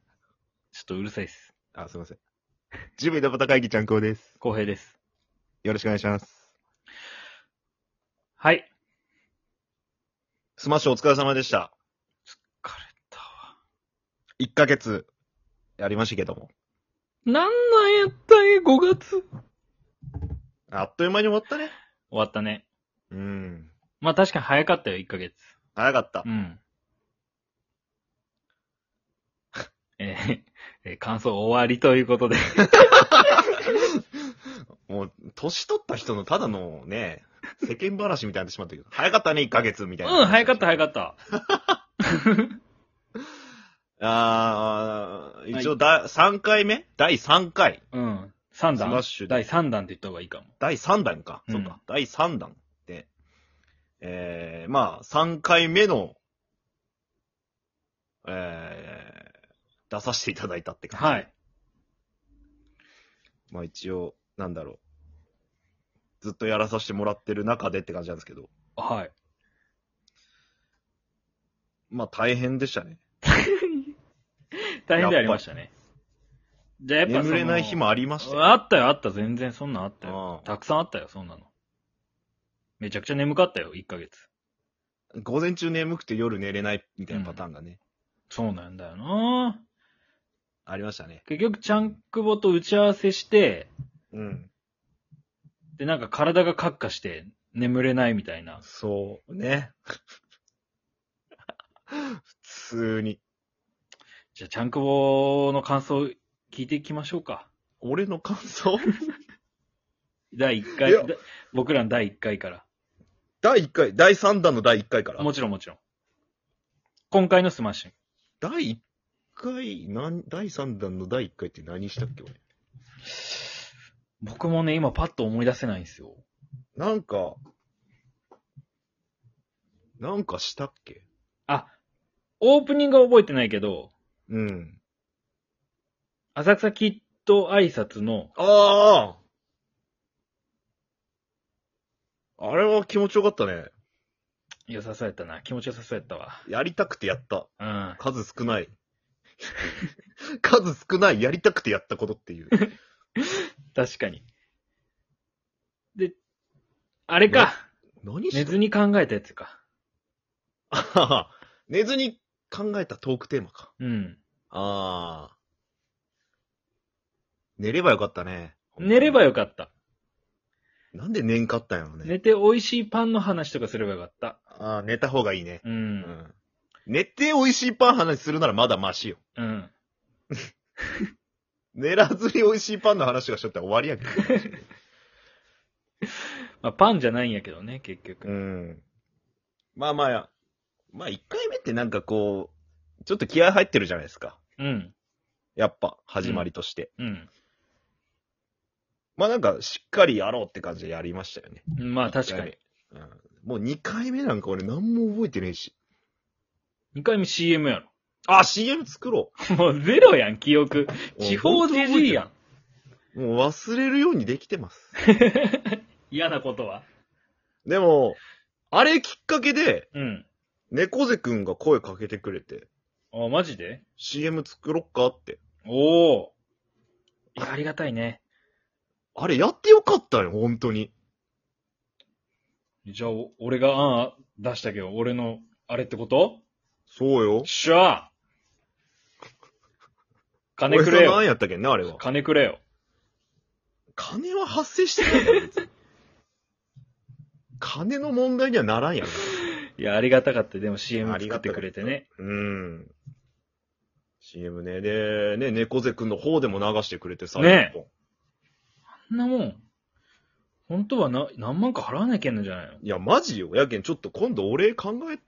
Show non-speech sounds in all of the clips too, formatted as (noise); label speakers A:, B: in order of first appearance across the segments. A: ょっとうるさいです。
B: あ、すいません。ジム井戸端会議ちゃんこうです。
A: 公平です。
B: よろしくお願いします。
A: はい。
B: スマッシュお疲れ様でした。
A: 疲れたわ。
B: 1ヶ月、やりましたけども。
A: なんなんやったんや、5月。終
B: あっという間に終わったね。
A: わったね。
B: うん。
A: まあ確かに早かったよ、1ヶ月。
B: 早かった
A: う。ん。 (laughs) えーえー感想終わりということで。
B: もう、年取った人のただのね、世間話みたいになってしまったけど。早かったね、1ヶ月みた
A: う
B: い
A: ん
B: な。、
A: 早かった、早かった。
B: た。あー、一応だ、3回目第3回。
A: うん。3
B: スマッ
A: 弾。
B: シュで
A: 第3弾って言った方がいいかも。
B: 第3弾か。そう
A: うん
B: か。第3弾で、えー、まあ、3回目の、えー、出させていただいたって感じ。
A: はい。。
B: まあ一応、なんだろう。ずっとやらさせてもらってる中でって感じなんですけど、
A: はい。
B: まあ大変でしたね。
A: 大変でありましたね。じゃあやっぱその
B: 眠れない日もありましたよ
A: あったよ、あった。全然そんなんあったよ。
B: う
A: たくさんあったよ、そんなの。めちゃくちゃ眠かったよ、1ヶ月。
B: ん午前中眠くて夜寝れないみたいなパターンがね、
A: そうなんだよな
B: ありましたね。
A: 結局、ちゃんくぼと打ち合わせして、
B: うん。
A: で、なんか体がカッカして、眠れないみたいな。
B: そうね。 (laughs) 普通に。
A: じゃあ、ちゃんくぼの感想聞いていきましょうか。
B: 俺の感想
A: 第1回、
B: いや
A: だ僕らの第1回から。
B: 第1回、第3弾の第1回から。
A: もちろんもちろん。今回のスマッシュ。
B: 第1回、なん、第3弾の第1回って何したっけ俺。
A: 僕もね、今パッと思い出せないんですよ。
B: なんか、なんかしたっけ
A: あ、オープニングは覚えてないけど、
B: うん。
A: 浅草キッド挨拶の、
B: あああれは気持ちよかったね。
A: 良さそうやったな。気持ち良さそうやったわ。
B: やりたくてやった。
A: うん。
B: 数少 (laughs) ない。数少ない、やりたくてやったことっていう。 (laughs)
A: 確かに。で、あれか。
B: 何
A: 寝
B: し
A: ず
B: た
A: に考えたやつか。
B: (laughs) あはは寝ずに考えたトークテーマか。
A: うん。
B: ああ。寝ればよかったね。
A: 寝れば
B: よ。
A: よかった。
B: なんで寝んかったんやろね。
A: 寝て美味しいパンの話とかすればよかった。
B: ああ、寝た方がいいね。
A: う。
B: うんん。寝て美味しいパン話するならまだマシよ。
A: うん。
B: 寝らずに美味しいパンの話がしちゃったら終わり
A: (laughs)
B: やけど。
A: まあ、パンじゃないんやけどね、結局。
B: うん。まあまあ、まあ一回目ってなんかこう、ちょっと気合入ってるじゃないですか。
A: うん。
B: やっぱ、始まりとして。
A: うん。
B: まあなんか、しっかりやろうって感じでやりましたよね。
A: まあ、確かに。
B: うん。もう二回目なんか俺何も覚えてねえし。
A: 2回目 CM や
B: あ、CM 作ろ
A: ろ。 (laughs) もうゼロやん、記憶。
B: う。
A: 地方じじいやん。
B: もう忘れるようにできてます。
A: 嫌なことは。
B: でも、あれきっかけで、
A: うん。
B: 猫背くんが声かけてくれて、
A: あ、マジで
B: CM 作ろっかって。
A: おお。いや、ありがたいね。
B: あれやってよかったよ、本当に。
A: じゃあ、お俺が案出したけど、俺の、あれってこと
B: そうよ。
A: しゃあ金く
B: 俺
A: れ
B: が
A: よ。
B: 何やったっけね、あれは。
A: 金くれよ。
B: 金は発生してないんだよ、別に金の問題にはならんやろ。
A: いや、ありがたかった。でも CM
B: ありが
A: 作っ
B: た
A: て
B: かった
A: くれてね。
B: うん。CM ね。で、ね、猫背くんの方でも流してくれてさ。
A: ねそんなもん、本当はな、何万か払わなきゃいけんのじゃないの
B: いや、マジよ。やけん、ちょっと今度お礼考え、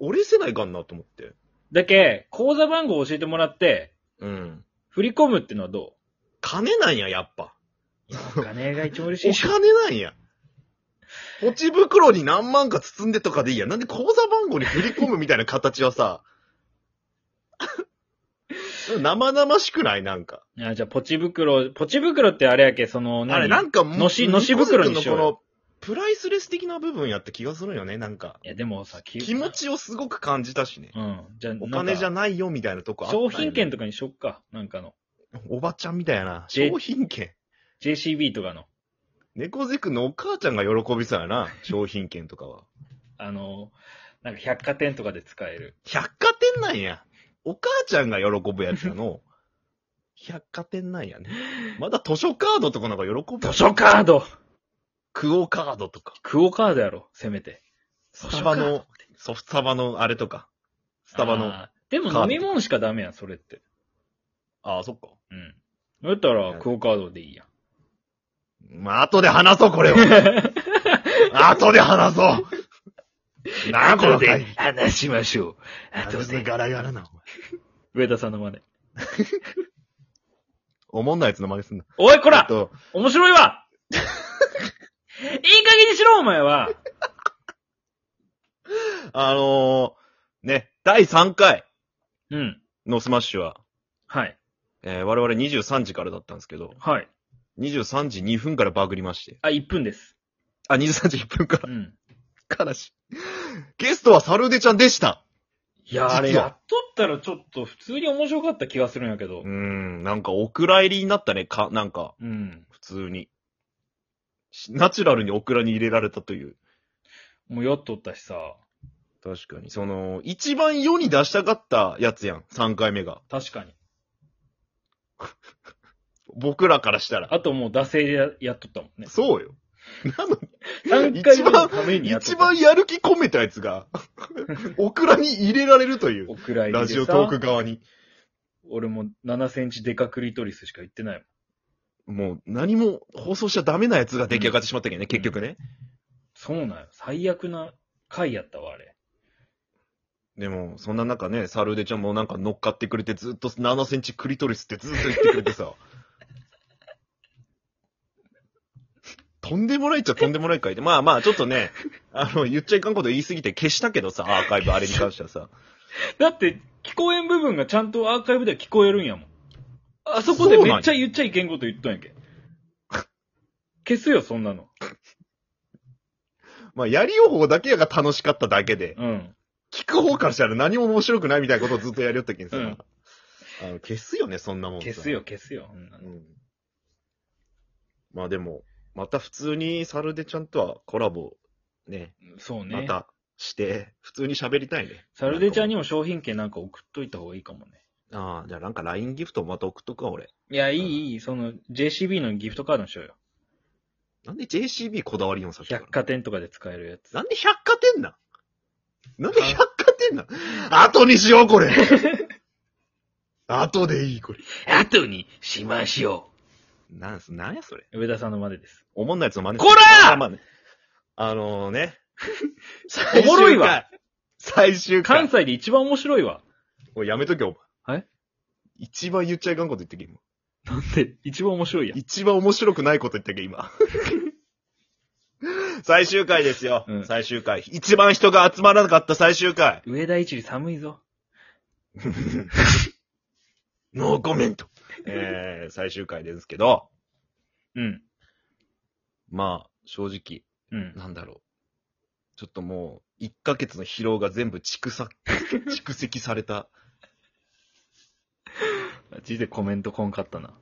B: お礼せないかんなと思って。
A: だけ、口座番号教えてもらって、
B: うん。
A: 振り込むってのはど
B: 金なんや、やっぱ。
A: ういや、お金が一番嬉しい
B: お
A: でしょ。
B: 金なんや。ポチ袋に何万か包んでとかでいいや。なんで口座番号に振り込むみたいな形はさ、 (laughs) 生々しくないなんか。
A: いやじゃあ、ポチ袋、ポチ袋ってあれやけ、その、
B: あれ、なんかもう、
A: のしのし袋にしよ
B: ニコ君の
A: うよ
B: この、プライスレス的な部分やった気がするよね、なんか。
A: いや、でもさ、気
B: 気持。ちをすごく感じたしね。
A: うん。じゃあ、
B: お金じゃ
A: な
B: ないよ、みたいなとこ
A: ん
B: あ
A: か
B: ったよね
A: 商品券とかにしよっか。なんかの。
B: おばちゃんみたいやな。
A: え
B: 商品券。
A: JCB とかの、
B: 猫背くんのお母ちゃんが喜びそうやな。商品券とかは。
A: あの、なんか百貨店とかで使える。
B: 百貨店なんや。お母ちゃんが喜ぶやつなの。 (laughs) 百貨店なんやね。まだ図書カードとかなんか喜ぶや
A: 図
B: ろ。
A: 書カード
B: クオカードとか。
A: クオカードやろ、せめて。
B: スタバの、ソフタバのあれとか。スタバの。あ
A: あー。でも飲み物しかダメやん、それって。
B: あー、そっか。
A: うん。だったら、クオカードでいいやん。
B: まあ、後で話そう、これを。 (laughs)
A: (laughs)
B: 後で話そう。なあ、この会議。
A: 話しましょう。
B: なんガラガラな、お前。
A: 上田さんの真似。
B: おもんないやつの真似すんな。
A: おい、こ
B: えっ
A: ら
B: と、
A: 面白いわいい加減にしろ、お前は
B: あのー、ね、第3回
A: うん。
B: のスマッシュは、
A: はい。
B: えー我々23時からだったんですけど、
A: はい。
B: 23時2分からバグりまして。
A: あ、1分です。
B: あ、23時1分か
A: うん。
B: ら。悲しい。ゲストはサルーデちゃんでした。
A: いや、あれ
B: 実は
A: やっとったらちょっと普通に面白かった気がするんやけど
B: うー。ん、なんかお蔵入りになったね、か、なんか、
A: うん。
B: 普通に。しナチュラルにオクラに入れられたという。
A: もう酔っとったしさ。
B: 確かに。その、一番世に出したかったやつやん、3回目が。
A: 確かに。
B: 僕らからしたら。
A: あともう惰性でややっとったもんね。
B: そうよ。なのに、
A: 3回目のためにやっとっ
B: 一
A: た。
B: 番やる気込めたやつ (laughs) が、オクラに入れられるという。
A: お蔵入
B: ラ
A: り
B: ジ
A: で
B: オトー
A: さ
B: ク。側に。
A: 俺も7センチデカクリトリスしか言ってないもん。
B: もう何も放送しちゃダメなやつが出来上がってしまったけどね、結局ね。
A: そうなんよ。最悪な回やったわ、あれ。
B: でも、そんな中ね、サルーデちゃんもなんか乗っかってくれて、ずっと7センチクリトリスってずっと言ってくれてさ。 (laughs) とんでもないっちゃとんでもない回で。まあまあ、ちょっとね、あの、言っちゃいかんこと言いすぎて消したけどさ、アーカイブあれに関してはさ。
A: だって、聞こえん部分がちゃんとアーカイブでは聞こえるんやもん。あそこでめっちゃ言っちゃいけんこと言っとんやけ。消すよ、そんなの。
B: まあ、やりよう方だけが楽しかっただけで、
A: うん。
B: 聞く方からしたら何も面白くないみたいなことをずっとやりよったけんさ、
A: うん
B: あの消すよね、そんなもんさ
A: 消すよ、。消すよ。そんな
B: う
A: の
B: ん。まあでも、また普通にサルデちゃんとはコラボ、ね、
A: そうね。
B: またして、普通に喋りたいね。
A: サルデちゃん
B: に。
A: にも商品券なんか送っといた方がいいかもね。
B: ああ、じゃあなんか LINE ギフトまた送っとくわ、俺。
A: いや、いい、いい。その、JCB のギフトカードにしようよ。
B: なんで JCB こだわりよん、さっきから
A: 百貨店とかで使えるやつ。
B: なんで百貨店なんなんで百貨店なん後にしよう、こ
A: (laughs)
B: れ後でいい、これ。
A: 後にしましょ
B: なんす、なんやそれ。
A: う。上田さんのまでです。
B: おもんないやつの真似
A: こら
B: まあねあのね。
A: (laughs) おもろいわ
B: 最終回。
A: 関
B: 最終回
A: 西で一番面白いわ。
B: おいやめとけ、お前。
A: はい
B: 一番言っちゃいかんこと言ったけ、今。
A: なんで、一番面白いやん。
B: 一番面白くないこと言ったけ、今。 (laughs) 最終回ですよ、
A: うん
B: 最終回。一番人が集まらなかった最終回。
A: 上田一里寒いぞ。
B: ノーコメント。えー、 (laughs) 最終回ですけど、
A: うん。
B: まあ、正直、
A: うん。
B: なんだろう。ちょっともう、1ヶ月の疲労が全部蓄積、 (laughs) 蓄積された。
A: 字でコメントこんかったな。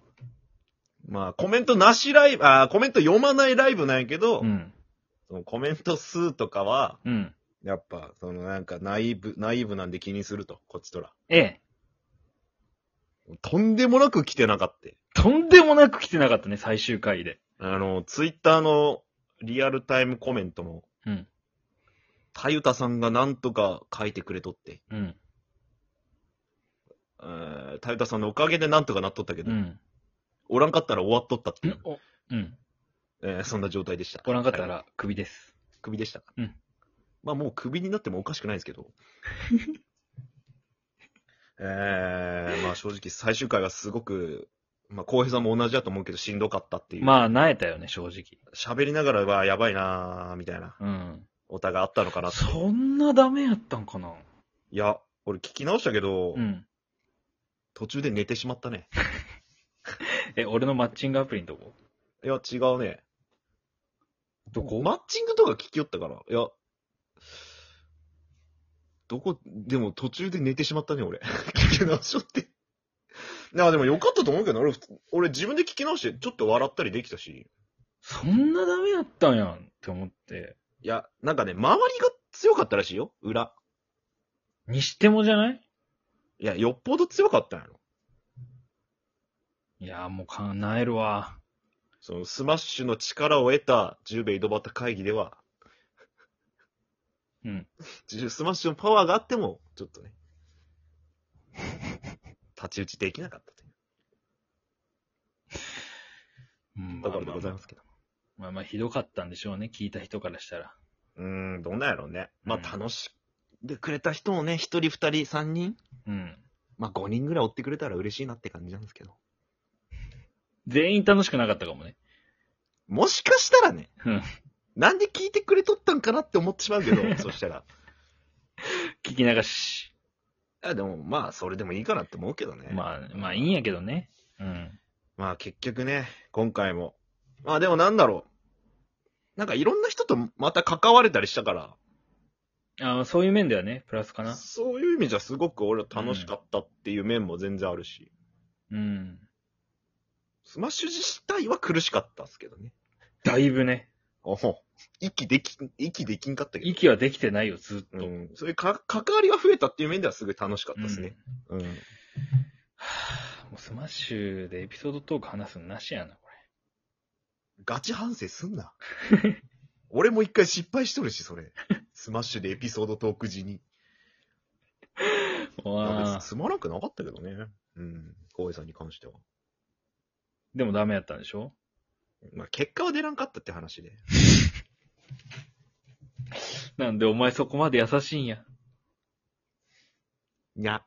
B: まあ、コメントなしライブ、あーコメント読まないライブなんやけど、
A: うん。
B: そのコメント数とかは、
A: うん。
B: やっぱ、そのなんかナイブ、ナイブなんで気にすると、こっちとら。
A: ええ。
B: とんでもなく来てなかった。
A: とんでもなく来てなかったね、最終回で。
B: あの、ツイッターのリアルタイムコメントも、
A: うん。
B: たゆたさんがなんとか書いてくれとって、
A: うん。
B: えーたゆたさんのおかげでなんとかなっとったけど、
A: うん。
B: おらんかったら終わっとったっていう、
A: おうん。
B: えーそんな状態でした。
A: おらんかった
B: はい、
A: ら、クビです。
B: クビでした。
A: うん。
B: まあもうクビになってもおかしくないですけ
A: (laughs)
B: ど。えー、まあ正直最終回はすごく、まあ浩平さんも同じだと思うけどしんどかったっていう。あ。
A: まあ、なえたよね、正直。
B: 喋りながらはやばいなーみたいな、
A: うん。
B: お互いあったのかなって
A: そんなダメやったんかない
B: や、俺聞き直したけど、
A: うん。
B: 途中で寝てしまったね。
A: え、俺のマッチングアプリのとこ
B: いや、違うね。
A: どこ
B: マッチングとか聞きよったから。いや、どこ、でも途中で寝てしまったね、俺。聞き直しよって。や、でもよかったと思うけど、俺、普通俺自分で聞き直して、ちょっと笑ったりできたし。
A: そんなダメだったんやんって思って。
B: いや、なんかね、周りが強かったらしいよ、裏。
A: にしてもじゃない
B: いや、よっぽど強かったんやろ。
A: いやーもう叶えるわ。
B: その、スマッシュの力を得た、十兵衛井戸端会議では、
A: うん。
B: じスマッシュのパワーがあっても、ちょっ
A: (laughs)
B: とね、立ち打ちできなかったという
A: うん
B: ところでございますけど。
A: まあまあひどかったんでしょうね、聞いた人からしたら。
B: うーん、どうなんやろうね。ま
A: うん
B: あ、楽しんでくれた人もね、一人、二人、三人、
A: うん。
B: まあ、五人ぐらい追ってくれたら嬉しいなって感じなんですけど。
A: 全員楽しくなかったかもね。
B: もしかしたらね
A: うん、
B: なんで聞いてくれとったんかなって思ってしまうけ (laughs) ど、そしたら。
A: 聞き流し。
B: あでも、まあ、それでもいいかなって思うけどね。まあ、
A: まあ、まあいいんやけどね。うん。
B: 結局ね、今回も。まあ、でもなんだろう。なんかいろんな人とまた関われたりしたから、
A: あーそういう面ではね、プラスかな。
B: そういう意味じゃすごく俺は楽しかったっていう面も全然あるし、
A: うん。
B: スマッシュ自体は苦しかったっすけどね。
A: だいぶね、
B: おほ息できん、息できんかったけど。
A: 息はできてないよ、ずっ
B: う
A: と。
B: ん、そういうか関わりが増えたっていう面ではすごい楽しかったですね。うん。
A: はあもうスマッシュでエピソードトーク話すのなしやな、こ
B: ガチ反省すん (laughs) な。俺も一回失敗しとるし、それ。スマッシュでエピソードトーク時に。
A: れ。
B: まあ
A: わあ
B: 別につまらなくなかったけどね。うん。光栄さんに関しては。
A: でもダメやったんでしょ
B: まあ結果は出らんかったって話で。
A: なんでお前そこまで優しいんや。
B: にゃ。